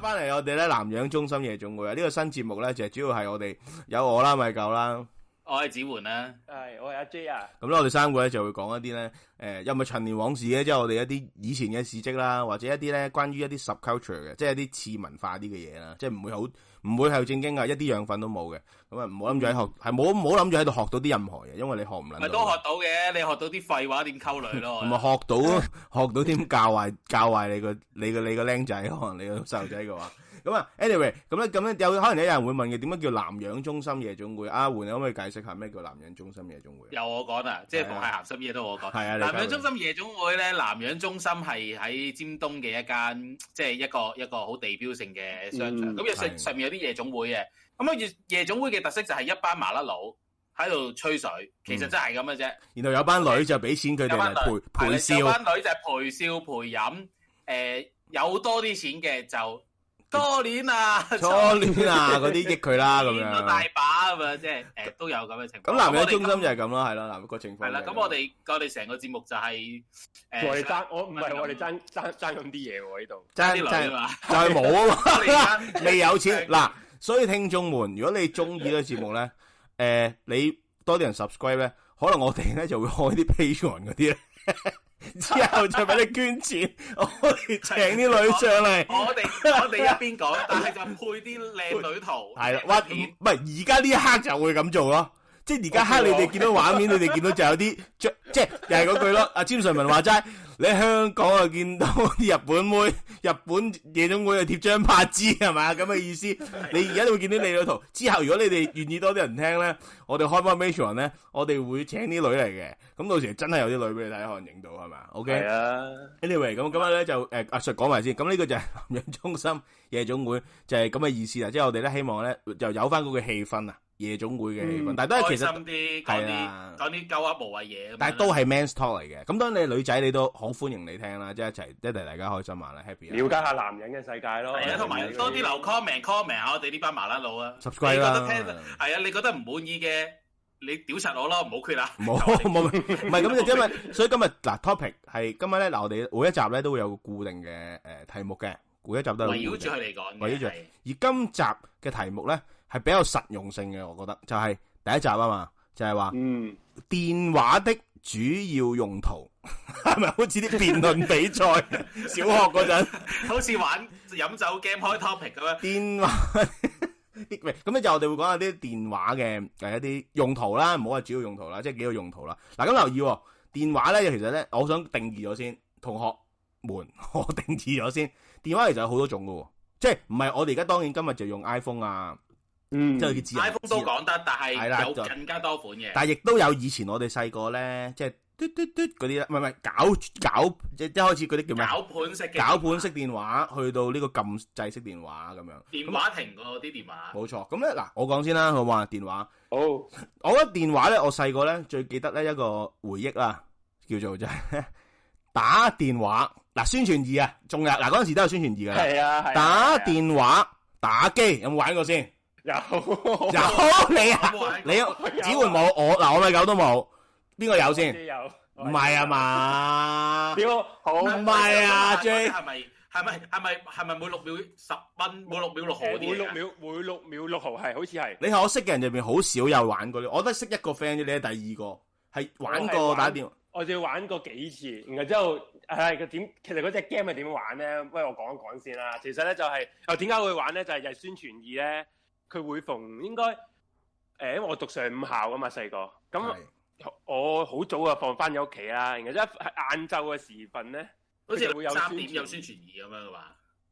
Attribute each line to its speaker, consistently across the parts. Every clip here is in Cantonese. Speaker 1: 翻嚟我哋咧南洋中心夜總會啊，呢、個新節目咧就係主要係我哋有我啦，米狗啦，
Speaker 2: 我係子桓啦，
Speaker 3: 係，我係阿 J 啊，
Speaker 1: 咁咧我哋三個咧就會講一啲咧，誒、又唔係陳年往事嘅，即係我哋一啲以前嘅事蹟啦，或者一啲咧關於一啲 subculture 嘅，即係一啲次文化啲嘅嘢啦，即係唔會好唔會係正經啊，一啲養分都冇嘅，咁啊唔好諗住喺學係冇冇諗住喺度學到啲任何嘢，因為你學唔撚
Speaker 2: 咪
Speaker 1: 到。啊
Speaker 2: 都學到嘅，你學到啲廢話點溝女 咯
Speaker 1: 唔，係學到學到點教壞教壞你個你個你個僆 仔，可能你個細路仔嘅話，咁啊，anyway，咁咧咁咧有可能有人會問嘅，點解叫南洋中心夜總會？阿換你可唔可以解釋下咩叫南洋中心夜總會？
Speaker 2: 由我講啦，即係
Speaker 1: 係
Speaker 2: 逢
Speaker 1: 啊
Speaker 2: 係鹹濕嘢都我 講。
Speaker 1: 係啊，你
Speaker 2: 南
Speaker 1: 解
Speaker 2: 洋
Speaker 1: 釋
Speaker 2: 中心夜總會咧，南洋中心係喺尖東嘅一間，即係一個一個好地標性嘅商場。
Speaker 3: 嗯
Speaker 2: 咁有
Speaker 1: 係
Speaker 2: 上上面有啲夜總會嘅，咁啊夜夜總會嘅特色就係一班麻甩佬喺度吹水，其實真係咁嘅啫。
Speaker 1: 然後有班女就俾錢佢哋
Speaker 2: 有班
Speaker 1: 嚟嗯陪
Speaker 2: 係啦
Speaker 1: 陪
Speaker 2: 有
Speaker 1: 笑，
Speaker 2: 班女就係陪笑陪飲，誒有多啲錢嘅 就多年啊，
Speaker 1: 初 戀啊嗰啲益佢啦咁
Speaker 2: 都大
Speaker 1: 樣。
Speaker 2: 把咁樣，即係誒都有咁嘅情況。
Speaker 1: 咁南洋
Speaker 2: 我哋
Speaker 1: 中心就係咁啦，係啦，南個情況
Speaker 2: 係啦，
Speaker 1: 就係
Speaker 2: 咁我哋我哋成個節目就係誒
Speaker 3: 我哋爭我唔係我哋爭爭爭咁啲嘢喎呢度，
Speaker 2: 啲
Speaker 1: 真
Speaker 2: 女
Speaker 1: 真
Speaker 2: 啊 嘛，
Speaker 1: 就係冇啊嘛。
Speaker 2: 我哋爭
Speaker 1: 未有錢嗱，所以聽眾們，如果你中意呢 個節目咧，诶、你多啲人 subscribe 咧，可能我哋咧就會開啲 Patreon 嗰啲咧， 之後就俾你捐錢，我哋請啲女上嚟，
Speaker 2: 我哋我哋一邊講，但係就配啲靚女圖，
Speaker 1: 係啦，
Speaker 2: 靚
Speaker 1: 哇，
Speaker 2: 片
Speaker 1: 唔係而家呢一刻就會咁做咯。即係而家黑，你哋見到畫面，你哋見到就有啲着，即係又係嗰句咯。阿詹瑞文話齋，你喺香港啊見到啲日本妹、日本夜總會啊貼張柏芝係嘛咁嘅意思。你而家都會見到你老圖。之後如果你哋願意多啲人聽咧，我哋開翻 Matron 咧，我哋會請啲女嚟嘅。咁到時真係有啲女俾你睇，可能影到係嘛？OK。
Speaker 3: 啊，
Speaker 1: anyway，咁今日咧就誒阿 Sir 講埋先，咁呢個就係南洋中心夜總會就係咁嘅意思啦，即係我哋咧希望咧就有翻嗰個氣氛啊，夜總會嘅氣氛，
Speaker 3: 嗯
Speaker 1: 但係都係
Speaker 2: 開
Speaker 1: 其
Speaker 2: 心
Speaker 1: 實，
Speaker 2: 啲，講
Speaker 1: 係
Speaker 2: 啲
Speaker 1: 啦
Speaker 2: 講啲鳩噏無謂嘢咁樣啦。
Speaker 1: 但係都係 men's talk 嚟嘅，咁當然你女仔你都好歡迎你聽啦，即係一齊一齊大家開心下啦，happy 啊
Speaker 3: 了解下男人嘅世界咯，
Speaker 2: 係啊，同埋多啲留 comment comment 下我哋呢班麻甩佬啊。
Speaker 1: subscribe 啦
Speaker 2: 你覺得聽。係啊，你覺得唔滿意嘅，你屌柒我咯，唔好缺啦。
Speaker 1: 冇冇唔係咁就因為，所以今日嗱 topic 係今日咧嗱，我哋每一集咧都會有個固定嘅誒題目嘅，每一集都有個
Speaker 2: 圍
Speaker 1: 固定
Speaker 2: 繞住佢嚟講嘅，
Speaker 1: 圍繞住
Speaker 2: 係
Speaker 1: 而今集嘅題目咧係比較實用性嘅，我覺得就係、第一集啊嘛，就係、話
Speaker 3: 嗯，
Speaker 1: 電話的主要用途 係咪好似啲辯論比 賽小學嗰陣
Speaker 2: 好似玩飲酒 game 開 topic 咁樣。
Speaker 1: 電話啲喂咁咧就我哋會講下啲電話嘅誒一啲用途啦，唔好話主要用途啦，即係幾個用途啦。嗱咁留意、喎，電話咧，其實咧，我想定義咗先，同學們， 我定義咗先。電話其實有好多種嘅喎，即係唔係我哋而家當然今日就用 iPhone 啊，
Speaker 3: 嗯，
Speaker 1: 即係佢智能
Speaker 2: iPhone 都講得，但
Speaker 1: 係啦
Speaker 2: 係有
Speaker 1: 就
Speaker 2: 更加多款嘅。
Speaker 1: 但係亦都有以前我哋細個咧，即係嘟嘟嘟嗰啲咧，唔係唔係搞搞，即係一開始嗰啲叫咩？啊
Speaker 2: 搞盤式嘅
Speaker 1: 搞盤式電話，去到呢個撳掣式電話咁樣，
Speaker 2: 電話亭嗰啲電話，
Speaker 1: 冇錯。咁咧嗱，我講先啦，我話電話，
Speaker 3: 好，
Speaker 1: 我覺得電話咧，我細個咧最記得咧一個回憶啦，叫做就係 打電話。嗱，宣傳二啊，仲有嗱嗰陣時都有宣傳二㗎啦，
Speaker 3: 係啊，係啊
Speaker 1: 打電話打機有冇玩過先？
Speaker 3: Dạ. 有
Speaker 1: 有你啊
Speaker 2: 我冇玩，過
Speaker 1: 你
Speaker 3: 哦有
Speaker 1: 只會冇我嗱，我咪狗都冇，邊個有先？
Speaker 3: 有，
Speaker 1: 唔係啊？嘛？
Speaker 3: 屌，好
Speaker 1: 唔係啊
Speaker 2: 嗰啲
Speaker 1: J
Speaker 2: 係咪係咪係咪係咪每六秒十蚊，每六秒六毫
Speaker 3: 誒
Speaker 2: 嗰
Speaker 3: 每
Speaker 2: 啲
Speaker 3: 六
Speaker 2: 嚟㗎？
Speaker 3: 秒每六秒六毫係，好似係。
Speaker 1: 你係我識嘅人入邊好少有玩過呢，我覺得識一個 friend 啫，你係第二個係玩過
Speaker 3: 我係玩
Speaker 1: 打電話。
Speaker 3: 我哋玩過幾次，然後之後係佢點？其實嗰只 game 係點玩咧？喂，我講一講先啦。其實咧就係、又點解會玩咧？就係、日宣傳二咧，佢會逢應該誒、因為我讀上午校啊嘛，細個咁
Speaker 1: 係
Speaker 3: 我好早啊放翻咗屋企啦。然後之後係晏晝嘅時分咧，
Speaker 2: 好似
Speaker 3: 佢會有
Speaker 2: 三
Speaker 3: 宣
Speaker 2: 點
Speaker 3: 傳
Speaker 2: 有宣傳儀咁樣嘅嘛？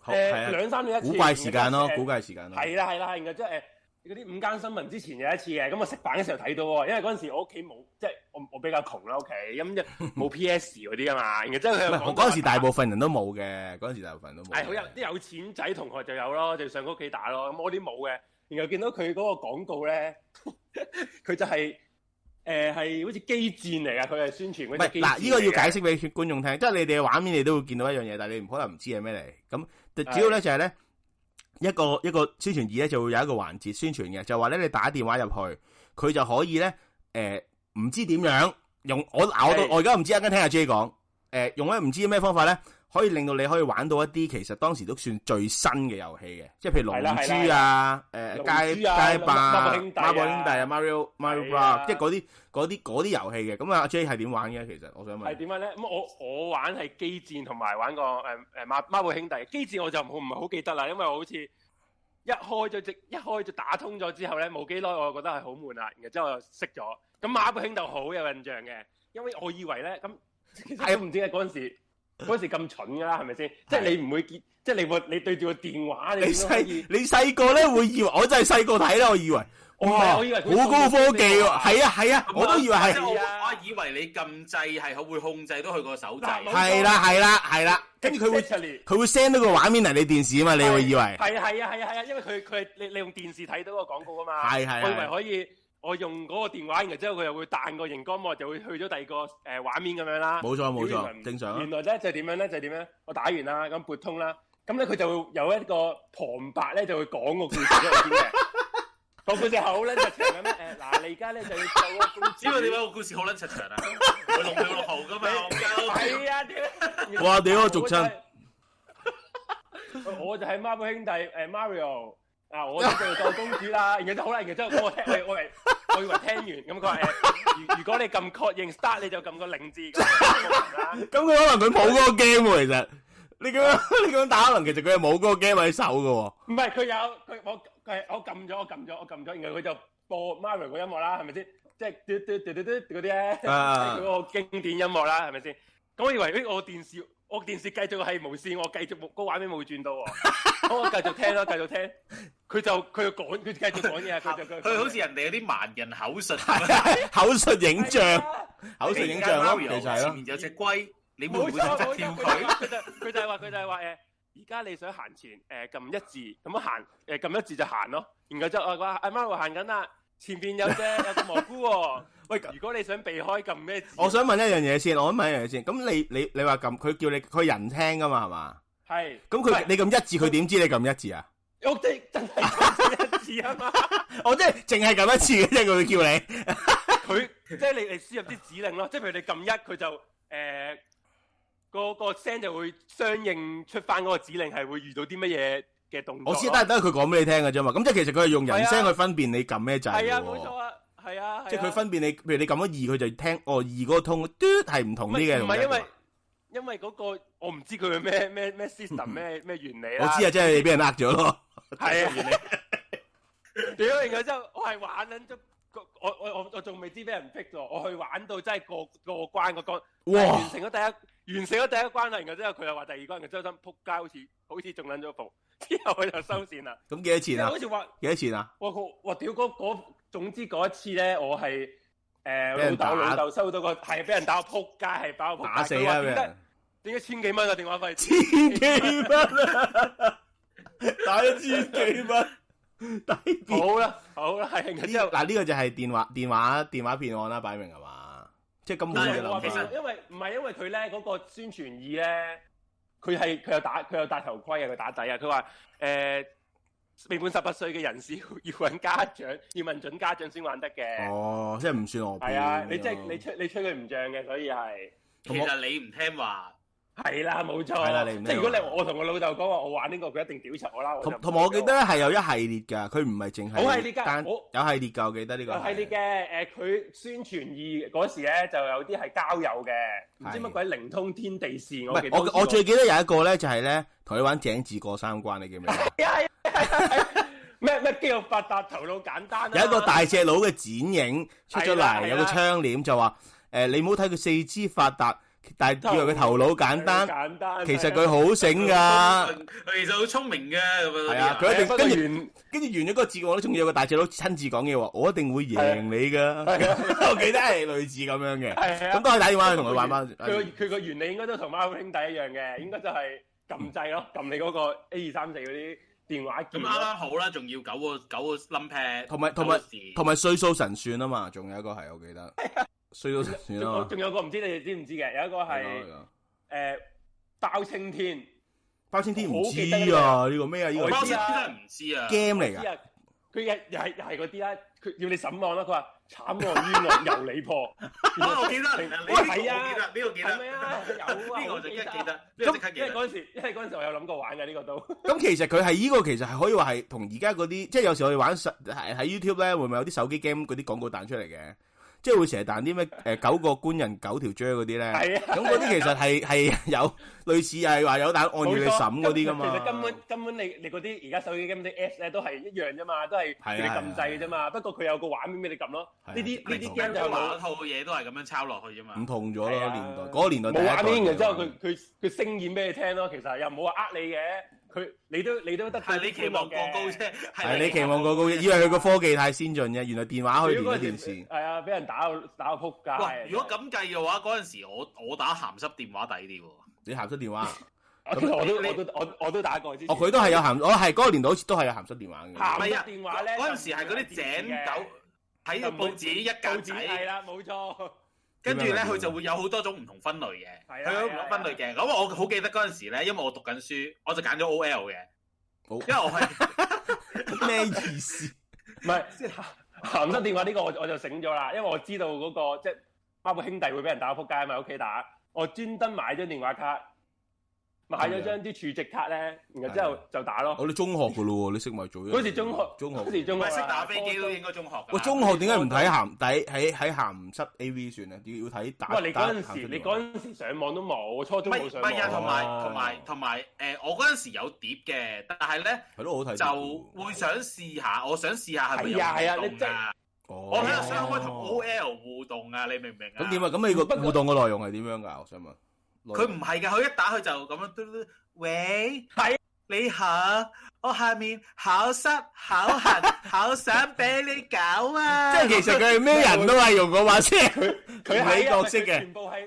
Speaker 1: 好係
Speaker 3: 誒
Speaker 1: 啊，
Speaker 3: 兩三點一次，
Speaker 1: 古怪時間咯，
Speaker 3: 然後之後
Speaker 1: 古怪時間咯。
Speaker 3: 係啦啊係啦，然後即係誒嗰啲五間新聞之前有一次嘅，咁我食飯嘅時候睇到喎，因為嗰陣時我屋企冇，即係我我比較窮啦屋企，咁就冇 PS 嗰啲啊嘛，然後即係佢
Speaker 1: 唔
Speaker 3: 又
Speaker 1: 係我
Speaker 3: 講
Speaker 1: 嗰陣時大部分人都冇嘅，嗰陣時大部分人都冇。
Speaker 3: 係好有啲有錢仔同學就有咯，就上佢屋企打咯，咁我啲冇嘅，然後見到佢嗰個廣告咧， 佢就係誒係好似機戰嚟㗎，佢係宣傳
Speaker 1: 唔
Speaker 3: 嗰
Speaker 1: 係
Speaker 3: 啲機
Speaker 1: 嗱，呢個要解
Speaker 3: 釋
Speaker 1: 釋俾觀眾聽，即係你哋嘅畫面你都會見到一樣嘢，但係你唔可能唔知係咩嚟。咁主要咧就係咧一個一個宣傳二咧就會有一個環節宣傳嘅，就話咧你打電話入去，佢就可以咧誒唔知點樣用我嗱我到
Speaker 3: 係
Speaker 1: 我而家唔知一間聽阿 J 講誒用咧唔知咩方法咧可以令到你可以玩到一啲其實當時都算最新嘅遊戲嘅，即係譬如龍
Speaker 3: 係啦係
Speaker 1: 珠啊、誒
Speaker 3: 龍
Speaker 1: 街
Speaker 3: 珠啊
Speaker 1: 街霸
Speaker 3: 孖、寶兄
Speaker 1: 孖寶
Speaker 3: 弟啊
Speaker 1: 兄弟啊、Mario Mario
Speaker 3: 係啊
Speaker 1: Bros，即係嗰啲嗰啲嗰啲遊戲嘅。咁啊，阿 J 係點玩嘅？其實我想
Speaker 3: 係
Speaker 1: 問，
Speaker 3: 點樣咧？咁我我玩係機戰同埋玩個誒誒孖孖寶兄弟。機戰我就唔唔係好記得啦，因為我好似一開咗直一開咗打通咗之後咧，冇幾耐我覺得係好悶啦，然後之後我就熄咗。咁孖寶兄弟好有印象嘅，因為我以為 咧咁，其實都唔知嘅啊嗰陣時。嗰陣時咁蠢㗎啦，係咪先？即係你唔會見，即係你會你對住個電話，你
Speaker 1: 你
Speaker 3: 點樣可以
Speaker 1: 細？你細個咧會以為我真係細個睇啦，我以為
Speaker 3: 唔
Speaker 1: 哇，
Speaker 3: 係我以為佢
Speaker 1: 好高科技喎，
Speaker 3: 送咗
Speaker 1: 係啊係啊，我都以為
Speaker 2: 或
Speaker 1: 係
Speaker 2: 者。我
Speaker 3: 啊
Speaker 2: 我以為你撳掣係會控制到佢個手掣
Speaker 3: 嗱，冇
Speaker 1: 係啦係啦係啦，跟住佢會
Speaker 3: Exactly
Speaker 1: 佢會 send 到個畫面嚟你電視啊嘛，你會以為
Speaker 3: 係啊係啊係啊係啊，因為佢佢係你你用電視睇到個廣告啊嘛，
Speaker 1: 係係
Speaker 3: 我
Speaker 1: 係
Speaker 3: 以為可以我用嗰個電話，然後之後佢又會彈個熒光幕，就會去咗第二個誒畫面咁樣啦。
Speaker 1: 冇錯冇
Speaker 3: 屌原來
Speaker 1: 錯，正常啊
Speaker 3: 原。來咧就點樣咧就點樣，我打完啦，咁撥通啦，咁咧佢就會有一個旁白咧就會講個故事出嚟嘅。個故事好咧就長咁樣誒，嗱你而家咧就要做 個故事。
Speaker 1: 啊
Speaker 2: 因為點解個故事好撚柒長 啊？佢六秒六毫噶嘛，我鳩
Speaker 3: 係啊， 屌！
Speaker 1: 哇屌我俗親
Speaker 3: 我就係 Marvel 兄弟誒 Mario À, 啊，我就做做公主啦。然後就好啦，然後之後我聽我我以為我以為聽完咁佢話誒，如如果你撳確認 start 你就撳個零字咁樣啦。
Speaker 1: 咁佢可能佢冇嗰個 game 喎，其實你咁樣 你咁樣打，可能其實佢係冇嗰個 game 喺手嘅 喎。
Speaker 3: 唔係佢有佢我佢我撳咗我撳咗我撳咗，然後佢就播 Mario 個音樂啦，係咪先？即係嘟嘟嘟嘟嘟嗰啲咧，
Speaker 1: 啊
Speaker 3: 係嗰個經典音樂啦，係咪先？咁我以為誒我電視我電視繼續係無線，我繼續冇個畫面冇轉到喎，咁我繼續聽啦，繼續聽。佢就佢就講，佢繼續講嘢，啊佢就
Speaker 2: 鳩，佢好似人哋嗰啲盲人口述咁樣。
Speaker 1: 口述影像，口述影像咯，
Speaker 2: 你
Speaker 1: 其
Speaker 2: 而
Speaker 1: 實
Speaker 2: 家
Speaker 1: 係
Speaker 2: 前
Speaker 1: 咯。
Speaker 2: 面有隻龜，你會唔
Speaker 3: 冇
Speaker 2: 會
Speaker 3: 錯
Speaker 2: 想
Speaker 3: 冇
Speaker 2: 執
Speaker 3: 錯
Speaker 2: 跳，
Speaker 3: 佢就
Speaker 2: 佢？
Speaker 3: 佢就佢就係話佢就係話誒，而家你想行前誒撳一字，咁樣行誒撳一字就行咯。然後就我話阿媽我行緊啦，前邊有隻 有個蘑菇喎。
Speaker 1: 喂，
Speaker 3: 如果你想避開撳咩字，
Speaker 1: 我想問一樣嘢先，我想問一樣嘢先。咁你你你話撳佢叫你佢人聽噶嘛係嘛？
Speaker 3: 係
Speaker 1: 咁佢
Speaker 3: 喂
Speaker 1: 你撳一字，佢點知你撳一字啊？
Speaker 3: 我即係真係撳一字啊 嘛。
Speaker 1: 我即係淨係撳一次嘅啫，佢會叫你。
Speaker 3: 佢即係你你輸入啲指令咯，即係譬如你撳一，佢就誒個個聲就會相應出翻嗰個指令，係會遇到啲乜嘢嘅動作咯。
Speaker 1: 我知，但係得佢講俾你聽嘅啫嘛。咁即係其實佢係用人聲
Speaker 3: 係啊
Speaker 1: 去分辨你撳咩掣。
Speaker 3: 係啊，冇錯。啊，係啊，係啊
Speaker 1: 即係佢分辨你，譬如你撳咗二，佢就聽哦二嗰個通嘟係唔同
Speaker 3: 唔
Speaker 1: 啲
Speaker 3: 係
Speaker 1: 嘅。
Speaker 3: 唔
Speaker 1: 同一個
Speaker 3: 係因為因為嗰個我唔知佢係咩咩咩 system 咩咩原理
Speaker 1: 嗯我
Speaker 3: 啦。
Speaker 1: 知啊，即係你俾人呃咗咯。
Speaker 3: 係啊， 屌！然後之後我係玩撚咗個，我我我我仲未知俾人逼咗，我去玩到真係過過關個關，
Speaker 1: 哇
Speaker 3: 完成咗第一完成咗第一關啦，然後之後佢又話第二關，然後之後心撲街，好似好似中撚咗步，之後我就收線 啦。
Speaker 1: 咁幾多錢啊
Speaker 3: 好？似話
Speaker 1: 幾多錢啊？
Speaker 3: 哇個哇屌嗰嗰總之嗰一次咧，我係
Speaker 1: 俾
Speaker 3: 誒老
Speaker 1: 人打
Speaker 3: 豆老豆收到個係俾人打到撲街，係打到撲街
Speaker 1: 打死啊
Speaker 3: 佢
Speaker 1: 啦
Speaker 3: 話
Speaker 1: 俾
Speaker 3: 點解
Speaker 1: 人！
Speaker 3: 點解千幾蚊嘅電話 費？
Speaker 1: 千幾蚊啊！ 打咗千幾 蚊，抵變。
Speaker 3: 好啦好啦，係然後之後。
Speaker 1: 嗱呢個就係電話電話電話騙案啦，擺明係嘛？即係根本嘅
Speaker 3: 但係我
Speaker 1: 諗
Speaker 3: 其
Speaker 1: 法
Speaker 3: 實。因為唔係因為佢咧嗰個宣傳意咧，佢係佢有打佢有戴頭盔啊，佢打底啊，佢話誒未滿十八歲嘅人士要 要揾家長，要問準家長先玩得嘅。
Speaker 1: 哦，即係唔算我。
Speaker 3: 係啊，你即係你。吹你吹佢唔漲嘅，所以係
Speaker 2: 其實你唔聽話，
Speaker 3: 係啦，冇錯。
Speaker 1: 係啦你唔
Speaker 3: 即係
Speaker 1: 聽
Speaker 3: 如果你我同我老豆講話我玩呢個，佢一定屌柒我啦。就
Speaker 1: 同
Speaker 3: 唔
Speaker 1: 同埋我記得咧係有一系列㗎，佢唔係淨係
Speaker 3: 好系列㗎
Speaker 1: 單
Speaker 3: 我
Speaker 1: 有系列㗎，我記得呢個
Speaker 3: 有系列嘅，誒佢宣傳意嗰時咧就有啲係交友嘅，唔知乜鬼靈通天地事，
Speaker 1: 唔
Speaker 3: 我記得好
Speaker 1: 係
Speaker 3: 似
Speaker 1: 我我最記得有一個咧就係咧同你玩井字過三關，你記唔記得？
Speaker 3: 係係咩咩肌肉發達，頭腦簡單啊！
Speaker 1: 有一個大隻佬嘅剪影出咗
Speaker 3: 係啦係
Speaker 1: 嚟，
Speaker 3: 啦
Speaker 1: 有個窗簾就話：誒、你唔好睇佢四肢發達，但係以為佢頭腦簡單，
Speaker 3: 簡單，啊
Speaker 1: 其實佢好醒㗎。
Speaker 2: 佢其實好聰明嘅咁
Speaker 1: 係
Speaker 2: 樣嗰啲人。
Speaker 1: 啊佢
Speaker 3: 係啊
Speaker 1: 一定
Speaker 3: 不過
Speaker 1: 跟住
Speaker 3: 完
Speaker 1: 跟住完咗嗰個節目咧，仲有個大隻佬親自講嘢話：我一定會贏你㗎。
Speaker 3: 啊係啊
Speaker 1: 我記得係類似咁樣嘅。
Speaker 3: 係
Speaker 1: 咁
Speaker 3: 啊，
Speaker 1: 都係打電話去同佢玩翻。
Speaker 3: 佢個佢個原理應該都同貓兄弟一樣嘅，應該就係撳掣咯，
Speaker 1: 嗯
Speaker 3: 撳你嗰個 A 二三四嗰啲電話
Speaker 2: 咁
Speaker 3: 鍵
Speaker 2: 啱
Speaker 3: 咯。
Speaker 1: 啊
Speaker 2: 啱好啦，仲要九個九個 number，
Speaker 1: 同埋同埋
Speaker 2: 九個字
Speaker 1: 同埋歲數神算啊嘛，仲有一個係我記得歲數神算
Speaker 3: 仲
Speaker 1: 啊
Speaker 3: 有
Speaker 1: 嘛。
Speaker 3: 仲有個唔知你哋知唔知嘅，有一個
Speaker 1: 係
Speaker 3: 係
Speaker 1: 咯
Speaker 3: 誒包青天，
Speaker 1: 包青天唔
Speaker 3: 我好記得
Speaker 1: 知啊，呢個咩啊？呢個
Speaker 3: 我
Speaker 2: 包
Speaker 3: 知
Speaker 2: 青
Speaker 3: 啊
Speaker 2: 天真係唔知啊。
Speaker 1: game 嚟
Speaker 3: 知
Speaker 1: 㗎。
Speaker 3: 啊？佢嘅又係又係嗰啲啦，佢要你審案啦。佢話慘案冤案由你破，
Speaker 2: 啊，我記得，呢個
Speaker 3: 喂係啊
Speaker 2: 我記得，呢個記
Speaker 3: 係咪
Speaker 2: 得，
Speaker 3: 啊？有啊，
Speaker 2: 呢個我就即刻記得，呢個
Speaker 1: 咁
Speaker 2: 即刻記
Speaker 3: 因為
Speaker 2: 得。
Speaker 3: 嗰陣時，因為嗰陣時我有諗過玩嘅呢個都。
Speaker 1: 咁其實佢係呢個其實係可以話係同而家嗰啲，即係有時我哋玩實喺喺 YouTube 咧，會唔會有啲手機 game 嗰啲廣告彈出嚟嘅？即係會成日彈啲咩誒九個官人九條雀嗰啲咧？
Speaker 3: 係啊
Speaker 1: 咁嗰啲其實係係 有類似係話有彈按住你審嗰啲噶嘛？
Speaker 3: 其實根本根本你你嗰啲而家手機 game 啲 Apps 咧都係一樣啫嘛，都係叫你撳掣啫嘛。不過佢有個畫面俾你撳咯。
Speaker 1: 係啊
Speaker 3: 呢啲呢
Speaker 2: 你
Speaker 3: 啲
Speaker 2: 驚
Speaker 3: game 就
Speaker 2: 就
Speaker 3: 冇
Speaker 2: 嗰套嘢都係咁樣抄落去啫嘛。
Speaker 1: 唔同咗咯
Speaker 3: 係
Speaker 1: 年
Speaker 3: 啊
Speaker 1: 代，嗰個年代第一
Speaker 3: 冇
Speaker 1: 代
Speaker 3: 畫面，然之後
Speaker 1: 就係
Speaker 3: 佢佢佢聲演俾你聽咯。其實又冇話呃你嘅，佢你都你都得到
Speaker 2: 係你期望過高
Speaker 3: 歡樂嘅。
Speaker 2: 啫，
Speaker 1: 係你期望過高，以為佢個科技太先進嘅，原來電話可以連
Speaker 3: 如果
Speaker 1: 到
Speaker 3: 嗰陣
Speaker 1: 電
Speaker 3: 時
Speaker 1: 視。
Speaker 3: 係啊，俾人打到打到撲
Speaker 2: 哇！
Speaker 3: 街。
Speaker 2: 如果咁計嘅話，嗰陣時我我打鹹濕電話抵啲喎。
Speaker 1: 你鹹濕電 話，
Speaker 3: 我都我都
Speaker 2: 你
Speaker 3: 我都我我都打過之前。
Speaker 1: 哦佢都係有鹹，我係嗰個年代好似都係有鹹濕電話
Speaker 2: 唔
Speaker 1: 嘅。
Speaker 3: 鹹
Speaker 2: 係啊，
Speaker 3: 電話咧
Speaker 2: 嗰嗰陣時係嗰啲井狗睇個報紙一格
Speaker 3: 報紙係
Speaker 2: 仔，
Speaker 3: 啦，冇錯。
Speaker 2: 跟住咧
Speaker 1: 點樣啊
Speaker 2: 佢就會有好多種唔同分類嘅，
Speaker 3: 係
Speaker 2: 佢
Speaker 3: 啊
Speaker 2: 有
Speaker 3: 係啊
Speaker 2: 分類嘅。咁我好記得嗰陣時咧，因為我讀緊書，我就揀咗 O L 嘅，
Speaker 1: 好
Speaker 2: 因為我係
Speaker 1: 咩意 思？
Speaker 3: 唔係鹹濕電話呢個我我就醒咗啦，因為我知道嗰、個即係包括兄弟會俾人打到撲街啊嘛，喺屋企打，我專登買張電話卡，買咗張啲儲值卡咧，然後之後就打咯。
Speaker 1: 我哋哦中學噶咯喎，你識埋做呢樣嘢
Speaker 3: 嗰時中學，
Speaker 1: 啊中
Speaker 3: 嗰
Speaker 1: 學
Speaker 3: 時。中
Speaker 2: 唔
Speaker 3: 學
Speaker 2: 係
Speaker 3: 啊
Speaker 2: 識打飛機都應該中學㗎啦。
Speaker 1: 喂，中學點解唔睇鹹底喺喺鹹濕 A V 算啊？要要睇打。
Speaker 3: 喂，你
Speaker 1: 打
Speaker 3: 嗰陣
Speaker 1: 鹹
Speaker 3: 時，
Speaker 1: 濕
Speaker 3: 你
Speaker 1: 電話
Speaker 3: 嗰陣時上網都冇，初中
Speaker 2: 唔係
Speaker 3: 冇
Speaker 2: 唔
Speaker 3: 上
Speaker 2: 係啊，同
Speaker 3: 網。
Speaker 2: 埋
Speaker 1: 哦
Speaker 2: 同埋同埋誒，我嗰陣時有碟嘅，但係咧
Speaker 1: 係咯，我睇
Speaker 2: 就會想試下，我想試下係咪有
Speaker 3: 係啊係啊
Speaker 2: 互動
Speaker 3: 你真係
Speaker 2: 㗎
Speaker 1: 我
Speaker 2: 我喺度想開同 O L 互動啊，你明唔明啊？
Speaker 1: 咁點啊？咁你
Speaker 3: 不
Speaker 1: 個
Speaker 3: 過
Speaker 1: 互動嘅內容係點樣㗎？我想問。
Speaker 2: 佢唔係㗎，佢一打佢就咁樣嘟嘟，喂，
Speaker 3: 係
Speaker 2: 你好，我下面考失考痕，好想俾你搞啊！
Speaker 1: 即係其實佢係咩人都係用嗰把聲，
Speaker 3: 佢係
Speaker 1: 你
Speaker 3: 啊
Speaker 1: 角色
Speaker 3: 佢
Speaker 1: 嘅。
Speaker 3: 全部係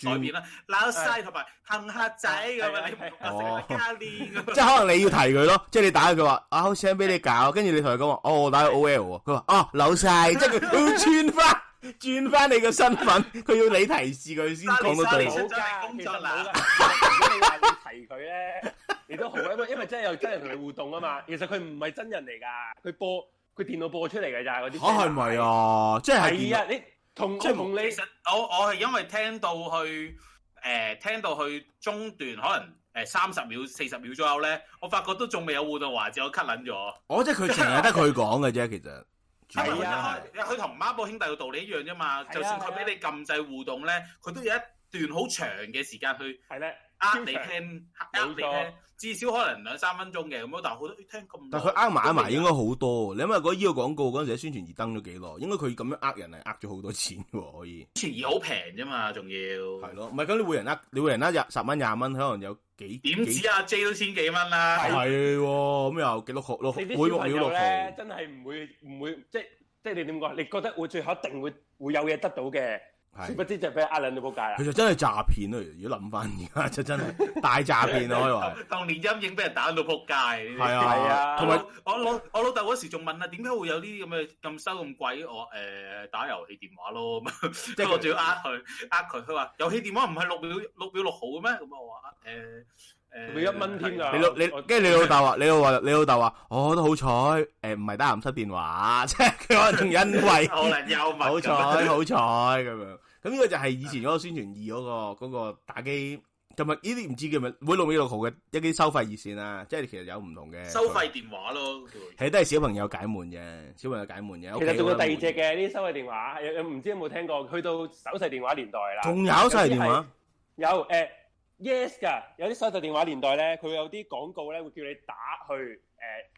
Speaker 2: 改
Speaker 1: 轉
Speaker 2: 變啦，撈西同埋行客仔咁樣，你
Speaker 3: 係係
Speaker 2: 唔同角色啊
Speaker 1: 哦
Speaker 2: 加練咁樣。
Speaker 1: 即係可能你要提佢咯，即係你打佢，佢話啊好想俾你搞，跟住你同佢講話，哦我打去 O L 喎，佢話哦扭晒，即係佢佢會轉翻 轉翻你個身份，佢要你提示佢先講到
Speaker 2: 沙
Speaker 1: 對
Speaker 2: 利沙
Speaker 1: 路。
Speaker 2: 利
Speaker 3: 冇㗎，
Speaker 2: 工
Speaker 3: 其
Speaker 2: 作
Speaker 3: 實
Speaker 2: 啦
Speaker 3: 冇㗎。如果你話你提佢咧，你都好，因為因為真係有真人同你互動啊嘛。其實佢唔係真人嚟㗎，佢播佢電腦播出嚟㗎咋嗰啲。
Speaker 1: 嚇係咪？啊？即係
Speaker 3: 係啊，你同
Speaker 2: 即係
Speaker 3: 即係
Speaker 2: 同
Speaker 3: 同
Speaker 2: 你，
Speaker 3: 你
Speaker 2: 其實我我係因為聽到去誒、呃、聽到去中段，可能誒三十秒、四十秒左右咧，我發覺都仲未有互動環節，我 cut 撚咗。
Speaker 1: 我哦即係佢淨係得佢講嘅啫，其實主要
Speaker 2: 因為
Speaker 1: 原因
Speaker 3: 係
Speaker 1: 係
Speaker 3: 啊
Speaker 2: 佢一開佢同孖寶兄弟嘅道理一樣啫嘛。
Speaker 3: 係啊
Speaker 2: 就算佢
Speaker 3: 係啊
Speaker 2: 俾你撳掣互動咧，佢都有一段好長嘅時間去
Speaker 3: 係咧，
Speaker 2: 呃你
Speaker 3: 超長
Speaker 2: 聽，呃你聽
Speaker 3: 冇，
Speaker 2: 至少可能兩三分鐘嘅咁樣。但係好多咦聽咁耐，
Speaker 1: 但係佢呃埋呃埋應該好多喎，你諗下嗰依個廣告嗰陣時喺宣傳而登咗幾耐，應該佢咁樣呃人係呃咗好多錢喎，可以
Speaker 2: 全而好平啫嘛，仲要
Speaker 1: 係咯，唔係咁你每人呃你每人呃廿十蚊廿蚊，可能有幾
Speaker 2: 點啊
Speaker 1: 幾
Speaker 2: 止阿 J 都千幾蚊啦。
Speaker 1: 係喎，咁又幾六毫六毫
Speaker 3: 你
Speaker 1: 每
Speaker 3: 啲小
Speaker 1: 六秒
Speaker 3: 朋
Speaker 1: 六
Speaker 3: 友
Speaker 1: 毫
Speaker 3: 咧，。真係唔會唔會即即係你點講？你覺得會最後一定會會有嘢得到嘅，殊不
Speaker 1: 係，
Speaker 3: 知就俾人呃撚到仆街啦
Speaker 1: 其。實真係詐騙咯。如果諗翻而家就真係大詐騙啊咯，可以話
Speaker 2: 當年陰影俾人打到撲街。
Speaker 1: 係
Speaker 3: 係
Speaker 1: 啊，
Speaker 3: 啊
Speaker 1: 同
Speaker 2: 同
Speaker 1: 埋
Speaker 2: 埋我老我老豆嗰時仲問啊，點解會有呢啲咁嘅咁收咁貴？我誒、呃打遊戲電話咯，咁即
Speaker 1: 係佢
Speaker 2: 係我仲要呃佢，呃佢，佢話遊戲電話唔係六秒六秒六毫嘅咩？咁我話誒誒，
Speaker 3: 佢一
Speaker 2: ờ,
Speaker 3: 蚊添㗎
Speaker 1: 你老你
Speaker 3: 我
Speaker 1: 跟住你老豆話， 你老話你老豆話，我都好彩，誒唔係得鹹濕電話， 即係佢可能仲因 為
Speaker 2: 可能又問
Speaker 1: 好
Speaker 2: 咁
Speaker 1: 彩好彩咁樣。咁呢個就係以前嗰個宣傳二嗰個嗰個打機，同埋呢啲唔知叫咪每六秒六毫嘅一啲收費熱線啊，即係其實有唔同嘅
Speaker 2: 收費電話咯，叫佢
Speaker 1: 其實都係小朋友解悶嘅，小朋友解悶嘅。
Speaker 3: 其實仲有第二隻
Speaker 1: 嘅，
Speaker 3: 嘅呢啲手提電話，有有唔知有冇聽過？去到手提電話年代啦，
Speaker 1: 仲有手提電話，
Speaker 3: 有誒、呃 Yes 㗎，有啲手提電話年代咧，佢有啲廣告咧會叫你打去誒，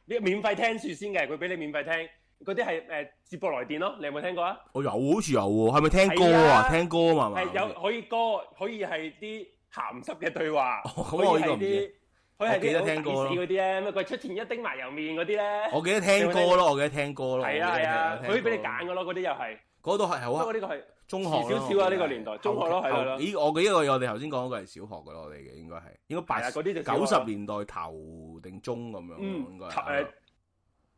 Speaker 3: 你、免費聽住先嘅，佢俾你免費聽。嗰啲係誒接駁來電咯，你有冇聽過啊？
Speaker 1: 我有好似有喎，係咪聽歌
Speaker 3: 係
Speaker 1: 啊？
Speaker 3: 啊
Speaker 1: 聽歌啊嘛，係
Speaker 3: 係
Speaker 1: 嘛
Speaker 3: 有可以歌，可以係啲鹹濕嘅對話，
Speaker 1: 哦咁我呢個唔知
Speaker 3: 可以係
Speaker 1: 我記
Speaker 3: 啲
Speaker 1: 得
Speaker 3: 好
Speaker 1: 聽過咯
Speaker 3: 抵死嗰啲咧，咩佢出前一丁埋油面嗰啲咧，
Speaker 1: 我記得聽歌咯，我記得聽歌咯，
Speaker 3: 係啊係啊，
Speaker 1: 我記得聽歌
Speaker 3: 可以俾你揀。嘅咯，嗰啲又係。
Speaker 1: 嗰度係好
Speaker 3: 不
Speaker 1: 啊
Speaker 3: 過，呢個係
Speaker 1: 中學
Speaker 3: 遲
Speaker 1: 咯
Speaker 3: 少少啊
Speaker 1: 我覺得
Speaker 3: 呢個年代中學咯
Speaker 1: 後
Speaker 3: 係啦
Speaker 1: 後咦，我嘅呢個我哋頭先講嗰個係小學嘅咯，我哋嘅應該係應該
Speaker 3: 係
Speaker 1: 八
Speaker 3: 啊嗰啲就小學
Speaker 1: 九十年代頭定中咁樣咯，
Speaker 3: 嗯
Speaker 1: 應該
Speaker 3: 頭
Speaker 1: 係
Speaker 3: 誒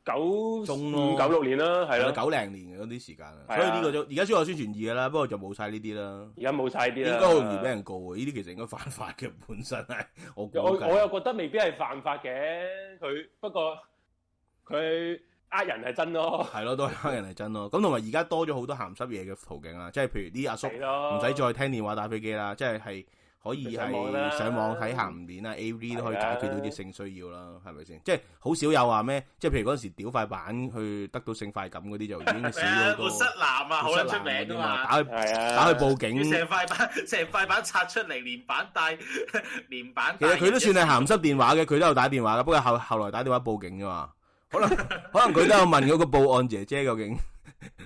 Speaker 3: 九
Speaker 1: 中咯
Speaker 3: 五九六年啦，係
Speaker 1: 係啦
Speaker 3: 咯，
Speaker 1: 九零年嘅嗰啲時間啊，
Speaker 3: 係
Speaker 1: 所
Speaker 3: 啊
Speaker 1: 以呢個就而家小學宣傳二嘅啦，不過就冇晒呢啲啦。
Speaker 3: 而家冇晒啲
Speaker 1: 應
Speaker 3: 啦。
Speaker 1: 該好容易俾人告嘅，呢啲其實應該犯法嘅，本身係我估
Speaker 3: 我我
Speaker 1: 計。
Speaker 3: 又覺得未必係犯法嘅，佢不過佢呃人係真咯，
Speaker 1: 係咯，都係黑人係真咯。咁同埋而家多咗好多鹹濕嘢嘅途徑啊，即係譬如啲阿叔
Speaker 3: 係咯，
Speaker 1: 唔使再聽電話打飛機啦，即係係可以
Speaker 3: 哦上網
Speaker 1: 係
Speaker 3: 啦
Speaker 1: 上網睇鹹片啊、AV 都可以
Speaker 3: 係
Speaker 1: 解
Speaker 3: 啊
Speaker 1: 決到啲性需要啦，係咪先？即係好少有話咩，即係譬如嗰陣時屌塊板去得到性快感嗰啲就已經少
Speaker 2: 係
Speaker 1: 咗
Speaker 2: 啊
Speaker 1: 好，
Speaker 2: 活
Speaker 1: 多。
Speaker 2: 塞男 啊，好撚出 名噶嘛。
Speaker 1: 打去嗯
Speaker 3: 係啊，
Speaker 1: 打去報
Speaker 2: 要
Speaker 1: 警，
Speaker 2: 成塊板 成塊板拆出嚟，連板帶 連板
Speaker 1: 其
Speaker 2: 帶。
Speaker 1: 實佢都算係鹹濕電話嘅，佢都有打電話嘅，不過後後來打電話報警啫嘛。可能可能佢都有問嗰個報案姐姐究竟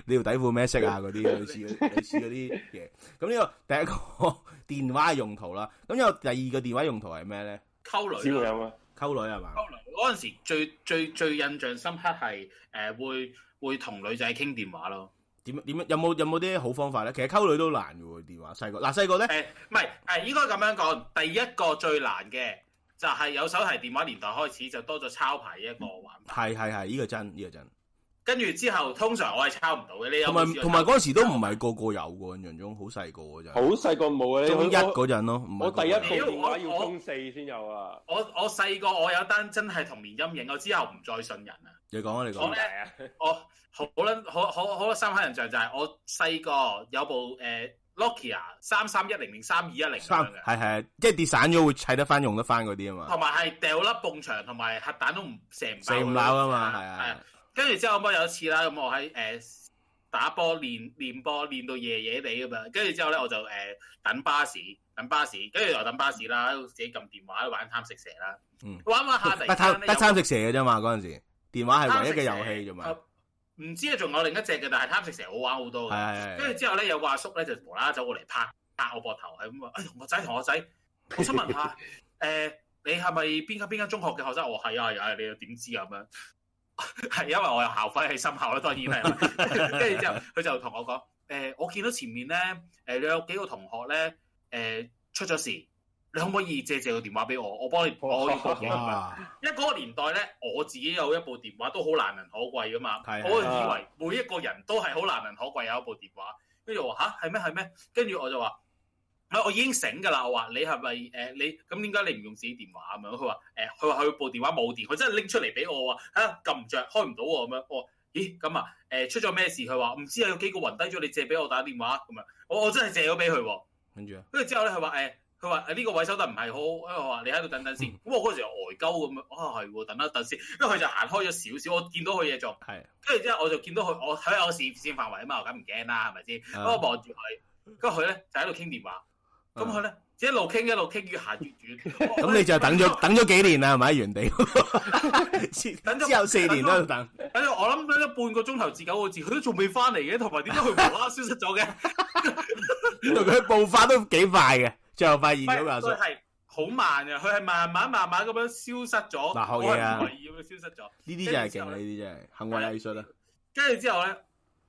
Speaker 1: 你條底褲咩色啊嗰啲類似嗰啲類似嗰啲嘢。咁呢個第一個電話嘅用途啦，咁有第二個電話用途係咩咧？
Speaker 2: 溝
Speaker 3: 小
Speaker 2: 女
Speaker 3: 朋
Speaker 2: 啦。
Speaker 3: 友啊，
Speaker 1: 溝女係嘛？
Speaker 2: 溝女嗰陣時最最最印象深刻係誒、呃、會會同女仔傾電話咯。
Speaker 1: 點點有冇有冇啲好方法咧？其實溝女都難嘅喎，電話細個嗱細個咧
Speaker 2: 誒唔係誒應該咁樣講，第一個最難嘅就係有手提電話年代開始就多咗抄牌呢一個玩法，
Speaker 1: 係係係呢個真呢、個真，
Speaker 2: 跟住之後通常我係抄唔到嘅。你有
Speaker 1: 同
Speaker 2: 冇
Speaker 1: 埋
Speaker 2: 試過
Speaker 1: 同埋嗰時都唔係個個有嘅，印象中好細個嗰
Speaker 3: 好
Speaker 1: 陣，
Speaker 3: 細個冇啊，你
Speaker 1: 中一
Speaker 3: 我
Speaker 1: 嗰陣咯，唔係
Speaker 3: 我
Speaker 1: 個個
Speaker 3: 第一
Speaker 1: 有
Speaker 3: 部電話要中四先有啊，
Speaker 2: 我我細個我有單真係童年陰影，我之後唔再信人啦。
Speaker 1: 你講啊你
Speaker 2: 我
Speaker 1: 講
Speaker 2: 呢
Speaker 3: 點，解啊？
Speaker 2: 我哦好撚好好好深刻印象就係我細個有部誒、呃 Nokia 三三一零零三二一零咁
Speaker 1: 三
Speaker 2: 樣嘅。
Speaker 1: 係係即係跌散咗會砌得翻用得翻嗰啲啊嘛，
Speaker 2: 同埋係掉粒埲牆同埋核彈都唔射唔
Speaker 1: 四五樓啊嘛係啊，。
Speaker 2: 跟住之後咁我有一次啦，咁我喺誒、呃打波練練波練到夜夜地咁樣，跟住之後咧我就誒、呃等巴士，等巴士，跟住又等巴士啦，自己撳電話玩貪食蛇啦，
Speaker 1: 嗯
Speaker 2: 玩玩啊下突
Speaker 1: 得
Speaker 2: 然間
Speaker 1: 貪
Speaker 2: 咧
Speaker 1: 得
Speaker 2: 有
Speaker 1: 貪食蛇嘅啫嘛嗰陣時，電話係唯一嘅
Speaker 2: 貪食
Speaker 1: 遊戲
Speaker 2: 蛇
Speaker 1: 啫嘛，
Speaker 2: 啊唔知啊，仲有另一隻嘅，但係貪食蛇好玩好多嘅。
Speaker 1: 係係
Speaker 2: 跟
Speaker 1: 係
Speaker 2: 住之後咧，有個阿叔咧就無啦啦走過嚟拍拍我膊頭，係咁話：，哎，同我仔，同我仔，我想問下，誒、你係咪邊間邊間中學嘅學生？我係啊，係啊，你又點知啊？咁樣 係因為我有校徽喺心口啦，當然係。跟住之後，佢就同我講：，誒、我見到前面咧，誒、你有幾個同學咧，誒、出咗事，你可唔可以借借個電話俾我？我幫你，我可以報警咁樣。
Speaker 1: 哇
Speaker 2: 因為嗰個年代咧，我自己有一部電話都好難能可貴噶嘛。
Speaker 1: 係
Speaker 2: 我以為每一個人都係好難能可貴有一部電話，跟住我話吓係咩係咩？跟住我就話。啊我已經醒㗎啦！我話你係咪誒你咁點解你唔用自己電話咁樣？佢話誒佢話佢部電話冇電，佢真係拎出嚟俾我話嚇撳唔着，開唔到喎咁樣。我話咦咁啊誒出咗咩事？佢話唔知啊，有幾個暈低咗，你借俾我打電話咁樣。我我真係借咗俾佢喎。
Speaker 1: 跟住啊
Speaker 2: 跟住之後咧，佢話誒，佢話誒哎呢個位收得唔係好，因為我話你喺度等等先。
Speaker 1: 嗯
Speaker 2: 咁我嗰時又呆鳩咁樣，啊係喎，等一等先。因為佢就行開咗少少，我見到佢嘢做，
Speaker 1: 係
Speaker 2: 跟住之後我就見到佢，我喺我視線範圍啊嘛，我梗唔驚啦，係咪先？咁我
Speaker 1: 啊
Speaker 2: 望住佢，跟住佢咧就喺度傾電話，哦咁佢咧一路傾一路傾，越行 越遠。
Speaker 1: 咁你就等咗等咗幾年啦，係咪喺原 地？
Speaker 2: 等咗
Speaker 1: 之後四年都喺度等，
Speaker 2: 等咗我諗等咗半個鐘頭至九個字，佢都仲未翻嚟嘅，同埋點解佢無啦啦消失咗嘅？
Speaker 1: 原來佢步伐都幾快嘅，最後發現
Speaker 2: 唔係
Speaker 1: 咗個阿叔
Speaker 2: 佢。係好慢嘅，佢係慢慢慢慢咁樣消失咗。
Speaker 1: 嗱學嘢啊
Speaker 2: 我係唔為意咁樣消失咗。
Speaker 1: 呢啲真係勁啊！呢啲真係行為藝術啊！
Speaker 2: 跟住之後咧，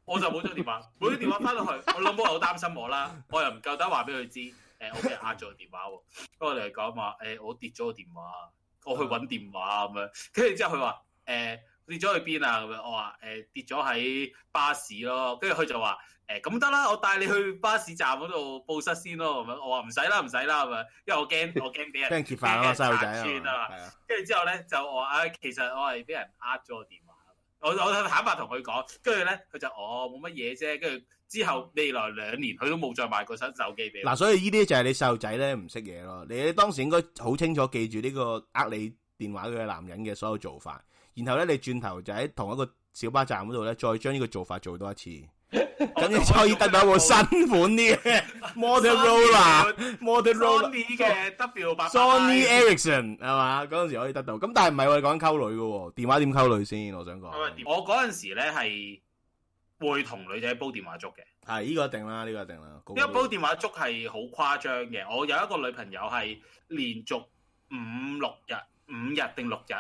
Speaker 2: 我就冇咗電話，冇咗電話翻到去，我老母又好擔心我啦，我又唔夠膽話俾佢知，誒、我俾人呃咗個電話喎，跟住我哋講話，誒、我跌咗個電話，啊我去揾電話啊咁樣，跟住之後佢話，誒、跌咗去邊啊？咁樣我話誒、跌咗喺巴士咯，跟住佢就話誒咁得啦，我帶你去巴士站嗰度報失先咯咁樣，我話唔使啦唔使啦咁樣，因為我驚我驚俾
Speaker 1: 俾
Speaker 2: 人，呃
Speaker 1: 人揭發啊嘛，細路仔啊
Speaker 2: 拆穿
Speaker 1: 嘛，
Speaker 2: 啊
Speaker 1: 係啊，
Speaker 2: 跟住之後咧就我話啊，其實我係俾人呃咗個電話，我我坦白同佢講，跟住咧佢就哦冇乜嘢啫，跟住之後未來兩年佢都冇再買過新手機俾我。
Speaker 1: 嗱，所以呢啲就係你細路仔咧唔識嘢咯。你當時應該好清楚記住呢個呃你電話嘅男人嘅所有做法，然後咧你轉頭就喺同一個小巴站嗰度咧，再將呢個做法做多一次，
Speaker 2: 我
Speaker 1: 咁你就可以得到一部新款啲嘅 Motorola、Motorola、
Speaker 2: Sony 嘅 W 八
Speaker 1: 啊 Sony Ericsson 係嘛？嗰陣時可以得到，咁但係唔係我哋講溝女嘅喎，電話點溝女先？我想講
Speaker 2: 我嗰陣時咧係會同女仔煲電話粥嘅，
Speaker 1: 係呢個一定啦，呢個一定啦，
Speaker 2: 因為煲電話粥係好誇張嘅。我有一個女朋友係連續五六日、五日定六日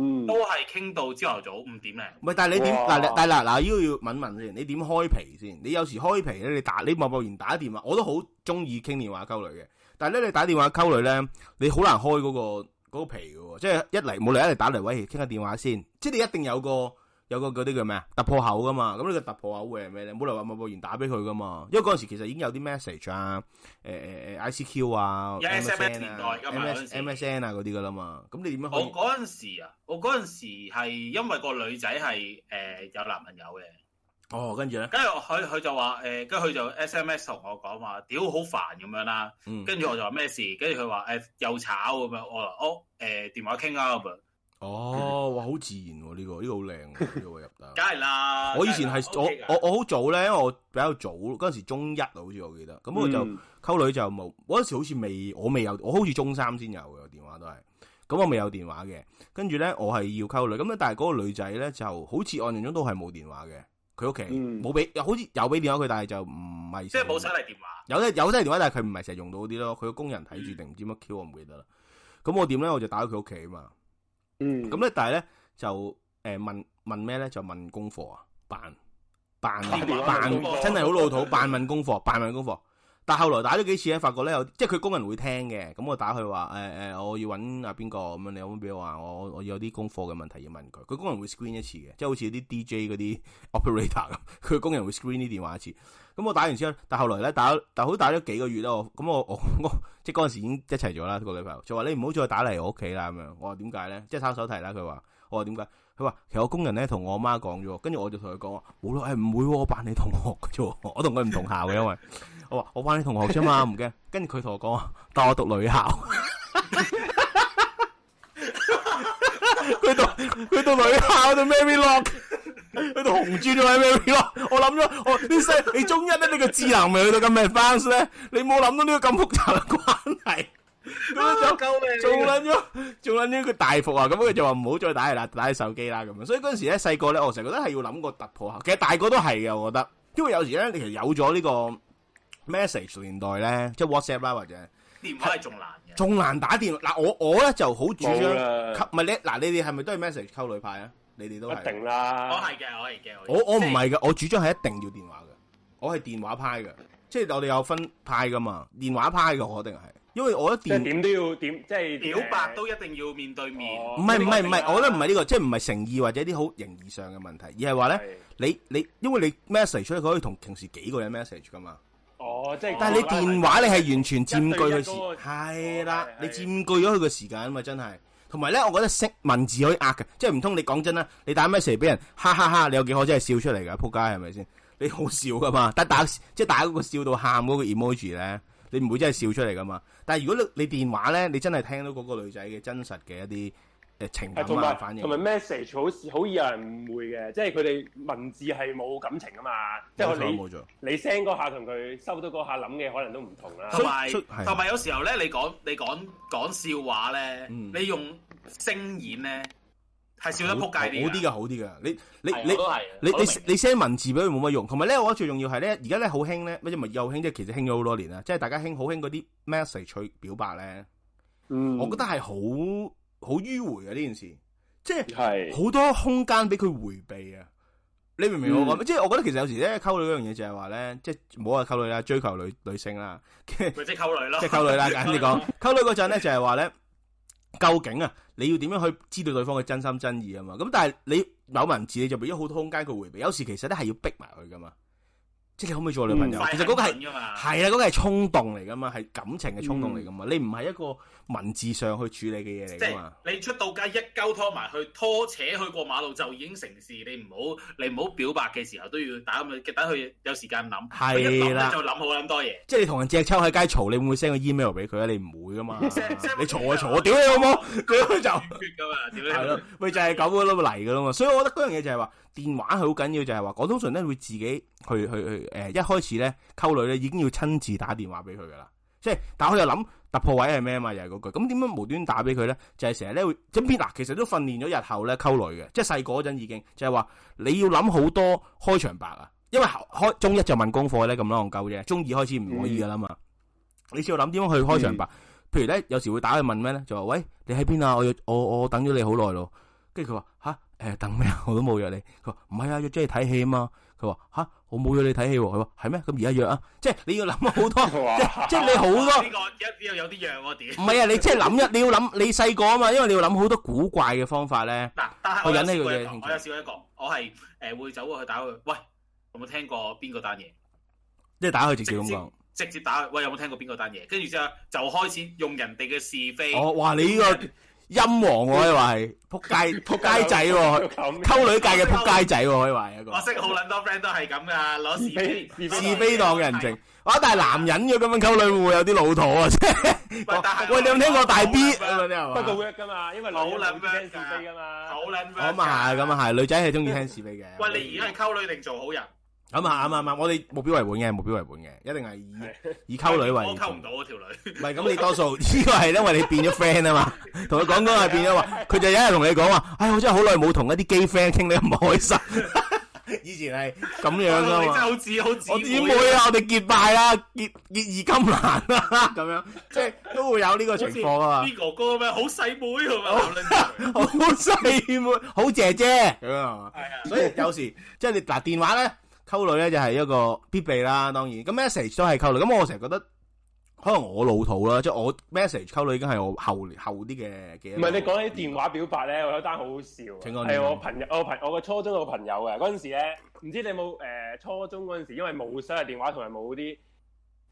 Speaker 3: 嗯
Speaker 2: 都係傾到朝頭早五點零。
Speaker 1: 唔係，但係你點
Speaker 3: 哇
Speaker 1: 嗱？你但係嗱嗱，呢個要問問先，你點開皮先？你有時開皮咧，你打你貿貿然打電話，我都好中意傾電話溝女嘅。但係咧，你打電話溝女咧，你好難開嗰、個嗰、個皮嘅喎，即係一嚟冇理由一嚟打嚟，喂，傾下電話先。即係你一定有個有個嗰啲叫咩啊？突破口噶嘛？咁呢個突破口會係咩咧？冇理由話貿貿然打俾佢噶嘛？因為嗰陣時其實已經有啲 message 啊，誒誒誒 ICQ 啊
Speaker 2: 有 SMS
Speaker 1: MSN
Speaker 2: 年代
Speaker 1: 啊
Speaker 2: 㗎嘛嗰陣時
Speaker 1: MSN 啊嗰啲噶啦嘛。咁你點樣可
Speaker 2: 我
Speaker 1: 以？
Speaker 2: 嗰陣時啊，我嗰陣時係因為個女仔係誒有男朋友嘅，
Speaker 1: 哦，跟住咧，
Speaker 2: 跟住佢佢就話誒，呃跟住佢就 SMS 同我講話，屌好煩咁樣啦。
Speaker 1: 嗯，
Speaker 2: 跟住我就話咩事，跟住佢話誒又炒咁樣，我話哦誒電話傾啊咁樣，
Speaker 1: 哦，哇，好自然喎、呢、個呢、個好靚喎，呢、個入得。
Speaker 2: 梗係啦。
Speaker 1: 我以前係我
Speaker 2: 梗係啦
Speaker 1: 我我好早咧，因為我比較早嗰陣時中一啊，好似我記得，咁我就
Speaker 3: 嗯
Speaker 1: 溝女就冇，嗰陣時好似未我未有，我好似中三先有嘅電話都係，咁我未有電話嘅，跟住咧我係要溝女，咁咧但係嗰個女仔咧就好似我印象中都係冇電話嘅，佢屋企
Speaker 3: 嗯
Speaker 1: 冇俾，好似有俾電話佢，但係就唔係
Speaker 2: 即係冇
Speaker 1: 成
Speaker 2: 手提電話，
Speaker 1: 有咧有都係電話，但係佢唔係成日用到嗰啲咯，佢個工人睇住定唔知乜 Q 我唔記得啦，咁我點咧我就打去佢屋企啊嘛。
Speaker 3: 嗯
Speaker 1: 咁咧，但系咧就诶、呃、问问咩咧？就問功課啊，扮 扮
Speaker 2: 扮
Speaker 1: 扮
Speaker 2: 功課
Speaker 1: 真係好老土，扮問功課，扮問功課。但後來打咗幾次咧，發覺咧有即係佢工人會聽嘅，咁我打佢話诶诶，呃我要揾啊邊個咁樣，你可唔可以俾我話我我我有啲功課嘅問題要問佢？佢工人會 screen 一次嘅，即係好似啲 DJ 嗰啲 operator 咁，佢工人會 screen 啲電話一次。咁我打完之後，但後來咧打，但好似打咗幾個月啦，我咁我我 我即係嗰陣時已經一齊咗啦，個女朋友就話你唔好再打嚟我屋企啦咁樣。我話點解咧？即係抄手提啦，佢話。我話點解？佢話其實我工人咧同我媽講咗，跟住我就同佢講話冇啦，誒唔會喎，我扮你同學嘅啫喎， 我同佢唔同校嘅，因為我話我扮你同學啫嘛，唔驚。跟住佢同我講話，但我讀女校。 佢讀佢讀女校讀 Mary Lock，佢讀紅磚咗喺 Mary Lock。我諗咗，我你細你中一咧，你個智能咪去到咁 advanced 咧，你冇諗到呢個咁複雜嘅關係。咁樣就做撚咗，做撚咗佢大伏啊！咁佢就話唔好再打嚟啦，打喺手機啦咁樣。所以嗰陣時咧，細個咧，我成日覺得係要諗個突破口。其實大個都係嘅，我覺得，因為有時咧，你其實有咗呢個 message 年代咧，即係 WhatsApp 啊啦，或者
Speaker 2: 電話係仲難嘅。
Speaker 1: 仲難打電話。嗱，我我咧就好主張，
Speaker 3: 冇
Speaker 1: 溝
Speaker 3: 啦，
Speaker 1: 唔係你嗱，你哋係咪都係 message 溝女派啊？你哋都
Speaker 3: 一
Speaker 1: 係。
Speaker 3: 定啦。
Speaker 2: 我係嘅，我係嘅。
Speaker 1: 我我唔係嘅，我主張係一定要電話嘅，我係電話派嘅，即係我哋有分派噶嘛，電話派嘅我一定係，因為我覺
Speaker 3: 即
Speaker 1: 得
Speaker 3: 係
Speaker 1: 電
Speaker 3: 點都要點，即係
Speaker 2: 表白都一定要面對面。
Speaker 3: 哦
Speaker 1: 唔係唔係唔
Speaker 2: 呢個明白
Speaker 1: 係，我覺得唔係呢個，即係唔係誠意或者啲好形而上嘅問題，而係話咧，
Speaker 3: 咧。
Speaker 1: 你你因為你 message 出去，佢可以同平時幾個人 message 噶嘛，
Speaker 3: 哦，即係
Speaker 1: 但係你電話你係完全佔據佢時，
Speaker 3: 一對一嗰個
Speaker 1: 係啦
Speaker 3: 哦，係
Speaker 1: 你
Speaker 3: 係
Speaker 1: 佔據咗佢嘅時間啊嘛，真係。同埋咧，我覺得識文字可以呃嘅，即係唔通你講真啦，你打 message 俾人，哈哈哈，你有幾可真係笑出嚟㗎？仆街係咪先？你好笑噶 嘛？但打即係打嗰個笑到喊嗰個 emoji 咧，你唔會真係笑出嚟噶嘛？但係如果你你電話咧，你真係聽到嗰個女仔嘅真實嘅一啲誒情
Speaker 3: 係
Speaker 1: 感
Speaker 3: 同
Speaker 1: 啊
Speaker 3: 埋
Speaker 1: 反應
Speaker 3: 同。埋 message 好好易有人誤會嘅，即係佢哋文字係冇感情啊嘛，即係你
Speaker 1: 冇錯。
Speaker 3: 你 send 嗰下同佢收到嗰下諗嘅可能都唔同啦。
Speaker 2: 啊同埋
Speaker 1: 所以係啊
Speaker 2: 同埋有時候咧，你講你講講笑話咧，
Speaker 1: 嗯
Speaker 2: 你用聲演咧係笑得撲街啲㗎。
Speaker 1: 好啲嘅，好啲嘅。你你
Speaker 2: 係
Speaker 1: 你
Speaker 2: 我都係
Speaker 1: 你
Speaker 2: 我
Speaker 1: 你
Speaker 2: 都明
Speaker 1: 你 send 文字俾佢冇乜用，同埋咧，我覺得最重要係咧，而家咧好興咧，乜嘢咪又興，即係其實興咗好多年啦，即係大家興好興嗰啲 message 去表白咧，
Speaker 3: 嗯
Speaker 1: 我覺得係好好迂迴啊嘅呢件事，即係
Speaker 3: 係
Speaker 1: 好多空間俾佢迴避啊！你明唔明我講？
Speaker 3: 嗯
Speaker 1: 即係我覺得其實有時咧溝女嗰樣嘢就係話咧，即係唔好話溝女啦，追求女女性啦，
Speaker 2: 咪即係溝女咯，
Speaker 1: 即係溝女啦， 簡單啲講，溝女嗰陣咧就係話咧，究竟啊，你要點樣去知道對方嘅真心真意啊嘛？咁但係你有文字你就俾咗好多空間佢回避，有時其實咧係要逼埋佢噶嘛，即係你可唔可以做我女朋友？
Speaker 3: 嗯
Speaker 1: 其實嗰個係
Speaker 2: 係㗎嘛，
Speaker 1: 係啦，嗰、個係衝動嚟噶嘛，係感情嘅衝動嚟噶嘛，你唔係一個文字上去處理嘅嘢嚟
Speaker 2: 即
Speaker 1: 噶嘛
Speaker 2: 係。你出到街一鳩拖埋去，拖扯去過馬路就已經成事。你唔好你唔好表白嘅時候都要打咁，等佢有時間諗。佢一諗
Speaker 1: 係
Speaker 2: 呢
Speaker 1: 啦，
Speaker 2: 就諗好諗多嘢。
Speaker 1: 即係你同人隻抽喺街嘈，你會唔會 send 個 email 俾佢啊？你唔會噶嘛，你
Speaker 2: send-
Speaker 1: 嘈
Speaker 2: send-
Speaker 1: 就嘈，我屌你老母，佢就。
Speaker 2: 決㗎嘛，屌你
Speaker 1: 系咯，咪就係咁樣咯，嚟噶啦嘛。所以我覺得嗰樣嘢就係話電話係好緊要，就係話我通常咧會自己去去去诶、誒一開始咧溝女咧已經要親自打電話俾佢噶啦。即係，但我又諗突破位係咩啊嘛，又係嗰句。咁點樣無端打俾佢咧？就係成日咧會咁邊嗱，其實都訓練咗日後咧溝女嘅，即係細個嗰陣已經就係話你要諗好多開場白啊，因為後開中一就問功課咧咁戇鳩啫，中二開始唔可以噶啦嘛。你先要諗點樣去開場白。譬如咧，有時會打去問咩咧，就話喂，你喺邊啊？我要我我等咗你好耐咯。跟住佢話吓誒等咩啊？我都冇約你。佢話唔係啊，約咗你睇戲啊嘛。佢話吓我冇約你睇戲喎。佢話係咩？咁而家約啊，即係你要諗 好多，即係即係你好多
Speaker 2: 呢。個一呢個有啲讓我屌。
Speaker 1: 唔係啊，你即係諗一，你要諗你細個啊嘛，因為你要諗好多古怪嘅方法咧。
Speaker 2: 嗱，但係
Speaker 1: 我
Speaker 2: 我有
Speaker 1: 引起
Speaker 2: 試過
Speaker 1: 佢嘅
Speaker 2: 一個，
Speaker 1: 興趣
Speaker 2: 我有試過一個，我係誒會走過去打佢，喂，有冇聽過邊個單嘢？
Speaker 1: 即係打佢直接咁
Speaker 2: 直接
Speaker 1: 講。
Speaker 2: 直接打佢，喂，有冇聽過邊個單嘢？跟住之後就開始用人哋嘅是非。
Speaker 1: 哦，哇！你呢個陰王我可以話係仆街 仆街仔 喎，
Speaker 3: 咁
Speaker 1: 溝女界嘅仆街仔喎，可以話係一個
Speaker 2: 我識好撚多 friend 都係咁噶，攞是非
Speaker 3: 是非
Speaker 1: 是非當人情。哇！但係男人要咁樣溝女會唔會有啲老土啊？即
Speaker 2: 喂但
Speaker 1: 係
Speaker 2: 係
Speaker 1: 喂，你有冇聽過大 B
Speaker 2: 好撚
Speaker 1: 咁樣
Speaker 3: 不過
Speaker 1: 係嘛？
Speaker 3: work 噶嘛，因為
Speaker 2: 好
Speaker 3: 女人
Speaker 2: 撚
Speaker 3: 好
Speaker 2: work
Speaker 3: 聽是非噶嘛。
Speaker 2: 好撚 work 㗎
Speaker 1: 咁啊係，咁啊係，女仔係中意聽是非嘅。
Speaker 2: 喂，你而家係溝女定做好人？
Speaker 1: 咁啊啱啊啱啊，我哋目標為本嘅，目標為本嘅，一定係以以溝女為
Speaker 2: 我溝唔
Speaker 1: 重
Speaker 2: 到。啊嗰條 女。
Speaker 1: 唔係咁，你多數 呢個係因為你變咗 friend 啊嘛，同佢講講係變咗話，佢就有一日同你講話，唉，我真係好耐冇同一啲 gay friend 傾得咁開 心。以前係咁樣噶
Speaker 2: 你真係
Speaker 1: 嘛，
Speaker 2: 好姊好姊
Speaker 1: 我姊妹啊，我哋結拜啦，結結義金蘭啊啦， 咁樣即係都會有呢個情況啊嘛。
Speaker 2: 啲哥哥咩好細妹咁啊！
Speaker 1: 好細妹，好姐姐咁樣係嘛。
Speaker 2: 係啊，
Speaker 1: 所以有時即係你嗱電話咧溝女咧就係一個必備啦，當然咁 message 都係溝女。咁我成日覺得可能我老土啦，即係我 message 溝女已經係我後後啲嘅嘅。
Speaker 3: 唔係你講起電話表白咧，我有單好好笑啊，
Speaker 1: 請講
Speaker 3: 係我朋友，我朋我個初中個朋友啊，嗰陣時咧，唔知你有冇誒、呃初中嗰陣時，因為冇手提電話同埋冇啲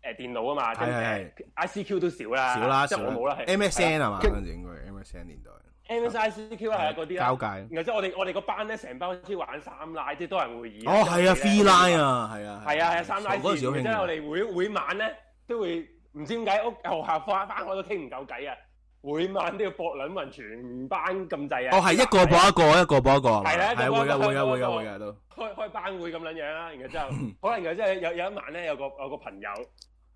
Speaker 3: 誒電腦啊嘛，
Speaker 1: 係係
Speaker 3: ，I C Q 都少啦，
Speaker 1: 少啦，
Speaker 3: 即係
Speaker 1: 少
Speaker 3: 我
Speaker 1: 啦
Speaker 3: 冇啦，係啊
Speaker 1: MSN 係嘛？
Speaker 3: 跟
Speaker 1: 嗰陣時應該係 MSN 年代
Speaker 3: M S I C Q 係嗰啲啊
Speaker 1: 交
Speaker 3: 啦。
Speaker 1: 界。
Speaker 3: 然後即係我哋我哋個班咧，成班好似玩三奶，即係多人會議。
Speaker 1: 哦，係啊，free line
Speaker 3: 啊！
Speaker 1: 啊，係啊，
Speaker 3: 係啊係啊，三奶
Speaker 1: 嗰陣時
Speaker 3: 線，
Speaker 1: 好
Speaker 3: 然之後我
Speaker 1: 興。
Speaker 3: 哋每每晚咧都會唔知點解屋學校翻翻學都傾唔夠偈啊，每晚都要搏兩雲全班咁滯啊！
Speaker 1: 哦，係一個播一個，一個播一個。
Speaker 3: 係啦一個
Speaker 1: 係
Speaker 3: 播
Speaker 1: 會
Speaker 3: 一
Speaker 1: 噶，
Speaker 3: 個
Speaker 1: 會噶，
Speaker 3: 一個
Speaker 1: 會噶，
Speaker 3: 播
Speaker 1: 會
Speaker 3: 一
Speaker 1: 噶
Speaker 3: 個
Speaker 1: 都。
Speaker 3: 開開班會咁撚樣啦，然後之後可能然後之後有有一晚咧，有個有個朋友，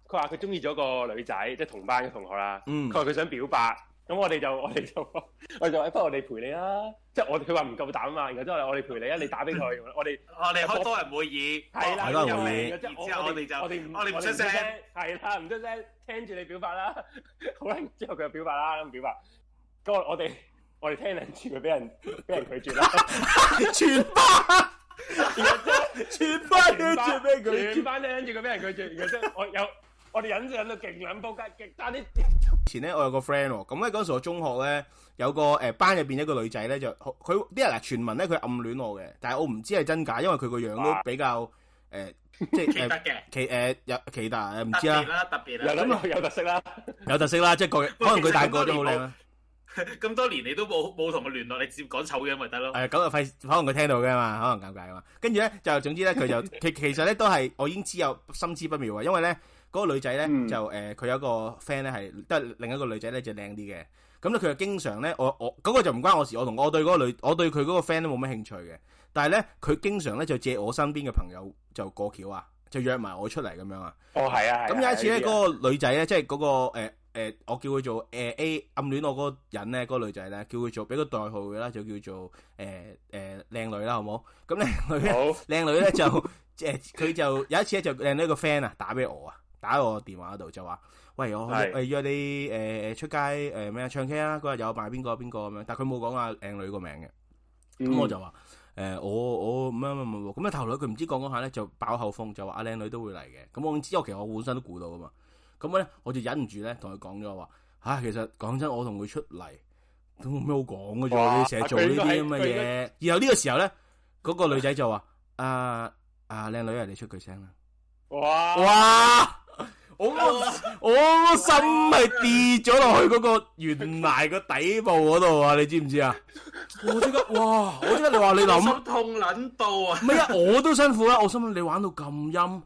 Speaker 3: 佢話佢中意咗個女仔，即係同班嘅同學啦。
Speaker 1: 嗯
Speaker 3: 佢，話佢想表白，咁我哋就 我哋就我哋就話不如我哋陪你啦，即係我佢話唔夠膽啊嘛，然後之後我哋陪你啊，你打俾佢，我哋
Speaker 2: 我哋開多人會議，
Speaker 3: 係啦，
Speaker 1: 係啦
Speaker 3: 然後
Speaker 1: 會議
Speaker 3: 然後之後
Speaker 2: 然之後
Speaker 3: 我
Speaker 2: 我哋就
Speaker 3: 我哋唔
Speaker 2: 我哋唔出聲
Speaker 3: 係啦，唔出聲，聽住你表白啦。 好啦，之後佢就表白啦，咁表白，咁我我哋我哋聽兩次佢俾人俾人 拒絕啦，
Speaker 1: 全班，
Speaker 3: 然後之後。
Speaker 1: 全班要做咩佢？
Speaker 3: 全班聽住佢俾人拒絕，然後真係我有我哋忍就忍到勁撚仆街，極差啲
Speaker 1: 以前咧，我有個 friend 喎，咁咧嗰陣時我中學咧有個誒、呃班入邊一個女仔咧，就佢佢啲人嗱傳聞咧佢暗戀我嘅，但係我唔知係真假，因為佢個樣都比較誒、呃即係
Speaker 2: 記
Speaker 1: 誒
Speaker 2: 得嘅，
Speaker 1: 啊奇誒有奇特誒唔
Speaker 2: 特
Speaker 1: 知 啊
Speaker 2: 別
Speaker 1: 啦，
Speaker 2: 啦，特別
Speaker 3: 又
Speaker 2: 啦。
Speaker 3: 諗落有特色啦。
Speaker 1: 有特色啦，即係 個可能佢大個咗好靚啊啦，
Speaker 2: 咁多年你都冇冇同佢聯絡，你直接講醜樣咪得咯。
Speaker 1: 誒咁啊費可能佢聽到嘅嘛，可能尷尬啊嘛，跟住咧就總之咧佢就其其實咧都係我已經知有心知不妙啊，因為咧嗰、個女仔咧、
Speaker 3: 嗯
Speaker 1: 就誒佢、有一個 friend 咧係都係另一個女仔咧就靚啲嘅。咁咧佢就經常咧，我我嗰、個就唔關我事，我同我對嗰個女，我對佢嗰個 friend 都冇乜興趣嘅。但係咧，佢經常咧就借我身邊嘅朋友就過橋啊，就約埋我出嚟咁樣啊。
Speaker 3: 哦，係啊，係啊
Speaker 1: 咁有一次咧，
Speaker 3: 係啊
Speaker 1: 嗰個女仔咧，即係嗰個誒誒，我叫佢做誒呃 A 暗戀我嗰個人咧，嗰個女仔咧，叫佢做俾個代號佢啦，就叫做誒誒靚女啦，好冇？咁靚女咧，
Speaker 3: 好
Speaker 1: 靚女咧就 誒，佢就有一次咧就靚女個 friend 啊，打俾我啊，打喺我電話度就話：喂，我
Speaker 3: 係
Speaker 1: 誒約你誒誒出街誒咩啊唱 K 啊，嗰日有埋邊個邊個咁樣，但佢冇講啊靚女個名嘅。咁
Speaker 3: 嗯
Speaker 1: 我就話誒、我我咩咩咩咁啊咧頭女佢唔知講講下咧就爆口風，就話啊阿靚女都會嚟嘅。咁我已經知，我其實我本身都估到噶嘛。咁咧我就忍唔住咧同佢講咗話嚇，其實講真，我同佢出嚟都冇咩好講嘅啫。
Speaker 3: 哇
Speaker 1: 你成日做呢啲咁嘅
Speaker 3: 佢應
Speaker 1: 嘢。然後呢個時候咧，嗰、個女仔就話：啊啊靚女啊，你出句聲啦！
Speaker 3: 哇
Speaker 1: 哇！我個我個心係跌咗落去嗰個懸崖個底部嗰度啊！你知唔知啊？我即刻哇！我即刻你話你諗
Speaker 2: 心痛撚到啊！
Speaker 1: 唔係啊，我都辛苦啦。我心諗你玩到咁陰，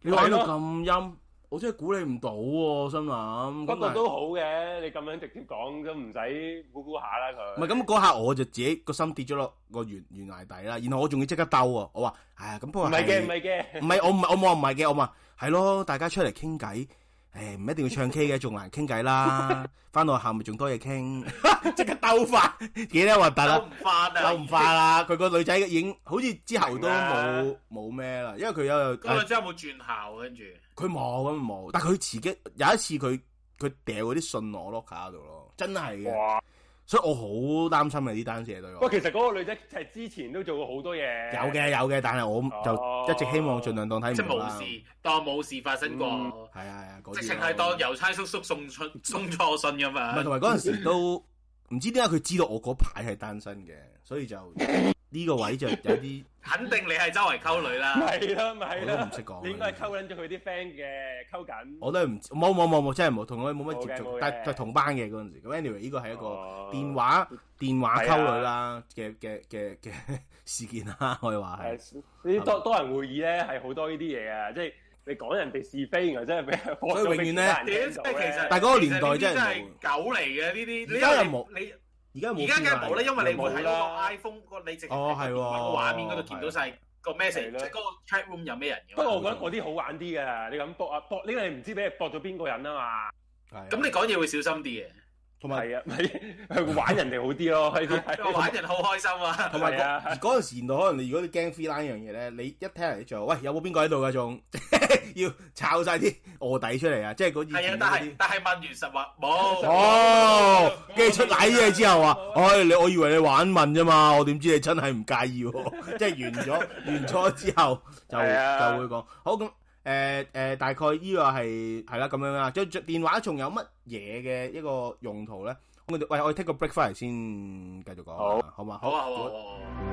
Speaker 1: 你玩到咁陰，我真係估你唔到喎。我心諗
Speaker 3: 不
Speaker 1: 咁
Speaker 3: 過
Speaker 1: 但係
Speaker 3: 都好嘅，你咁樣直接講都唔使估估下啦
Speaker 1: 唔
Speaker 3: 佢。
Speaker 1: 係咁嗰下，我就自己個心跌咗落個懸懸崖底啦。然後我仲要即刻兜啊！我話：唉，咁不
Speaker 3: 唔
Speaker 1: 過
Speaker 3: 係嘅，唔係嘅，
Speaker 1: 唔係，我唔係，我冇話唔係嘅，我話係咯，大家出嚟傾偈，誒唔一定要唱 K 嘅，仲難傾偈啦。翻到學校咪仲多嘢傾，即刻兜法， 幾咧核突
Speaker 2: 兜
Speaker 1: 啦，
Speaker 2: 唔翻啊！
Speaker 1: 兜唔翻啦。佢個女仔已經好似之後都
Speaker 3: 明啦
Speaker 1: 冇冇咩啦，因為佢有誒
Speaker 2: 咁佢之後有冇轉校跟住？
Speaker 1: 佢冇咁冇，但係佢自己有一次佢佢掉嗰啲信我 locker 度咯，真係嘅。
Speaker 3: 哇！
Speaker 1: 所以我好擔心啊！呢單嘢對
Speaker 3: 喂，
Speaker 1: 我
Speaker 3: 其實嗰個女仔就係之前都做過好多嘢，
Speaker 1: 有嘅有嘅，但係我
Speaker 3: 哦
Speaker 1: 就一直希望盡量當睇
Speaker 2: 即係
Speaker 1: 唔到啦。
Speaker 2: 冇
Speaker 1: 係
Speaker 2: 事，當冇事發生
Speaker 3: 嗯
Speaker 2: 過，
Speaker 1: 啊係啊，嗰啲
Speaker 2: 直情係當
Speaker 1: 咯
Speaker 2: 郵差叔叔送出送錯信咁
Speaker 1: 唔係，
Speaker 2: 樣。
Speaker 1: 同埋嗰陣時都唔知點解佢知道我嗰排係單身嘅，所以就呢個位就有啲
Speaker 2: 肯定你係周圍溝女啦。
Speaker 3: 係啦，咪係
Speaker 1: 我都
Speaker 3: 啦
Speaker 1: 唔，識講。啊
Speaker 3: 你應該係溝撚咗佢啲 friend 嘅，溝緊。
Speaker 1: 我都係唔知冇冇冇冇，真係冇同佢冇乜
Speaker 3: 冇嘅
Speaker 1: 接觸
Speaker 3: 冇嘅，
Speaker 1: 但係同班嘅嗰陣時。咁 anyway，呢個係一個
Speaker 3: 個
Speaker 1: 電話電話
Speaker 3: 係啊
Speaker 1: 溝女啦嘅嘅嘅嘅 事件啦，可以話係。
Speaker 3: 係呢啲多多人會議咧，係好多呢啲嘢啊，即係你講人哋是非，然後真係 俾人
Speaker 1: 所以永遠呢
Speaker 2: 屌，即係其實，
Speaker 1: 但係嗰個年代真係冇
Speaker 2: 其實呢啲真係狗嚟嘅呢啲。
Speaker 1: 而家
Speaker 2: 你
Speaker 1: 又冇
Speaker 2: 你
Speaker 1: 而家
Speaker 2: 而
Speaker 1: 冇
Speaker 2: 家梗係冇啦，因為你
Speaker 3: 冇
Speaker 2: 會喺嗰
Speaker 3: 啦
Speaker 2: 個 iPhone 嗰個你直情
Speaker 1: 哦係
Speaker 2: 喺
Speaker 1: 喎
Speaker 2: 個畫面嗰度見到晒個
Speaker 3: 係
Speaker 2: message，
Speaker 3: 咯
Speaker 2: 即係嗰個 chat room 有咩人嘅
Speaker 3: 不過
Speaker 2: 嘛。
Speaker 3: 我覺得嗰啲好玩啲嘅，你咁搏啊搏，呢個你唔知俾你搏咗邊個人啊嘛。
Speaker 2: 咁你講嘢會小心啲嘅，
Speaker 1: 同埋
Speaker 3: 係啊，咪 係玩人哋好啲咯，呢啲 係
Speaker 2: 因為玩人好開心啊！
Speaker 1: 同埋
Speaker 3: 係啊
Speaker 1: 嗰嗰陣時年代，可能你如果你驚 free line 呢樣嘢咧，你一聽人哋做，喂有冇邊個喺度㗎仲 要抄晒啲卧底出嚟啊！即係嗰以
Speaker 2: 係啊
Speaker 1: 前，
Speaker 2: 但
Speaker 1: 嗰
Speaker 2: 係
Speaker 1: 啲。
Speaker 2: 但係問完實話冇。
Speaker 1: 哦，跟住出奶嘢之後啊，唉，你我以為你玩問啫嘛，我點知你真係唔介意喎， 即係完咗完咗之後就
Speaker 3: 係啊
Speaker 1: 就會講好咁。誒誒、大概呢個係係啦咁樣啦。將電話仲有乜嘢嘅一個用途咧？咁我哋喂，我哋 take 個 break 翻嚟先，繼續講，
Speaker 3: 好
Speaker 1: 好嘛？
Speaker 2: 好啊好啊好啊。好啊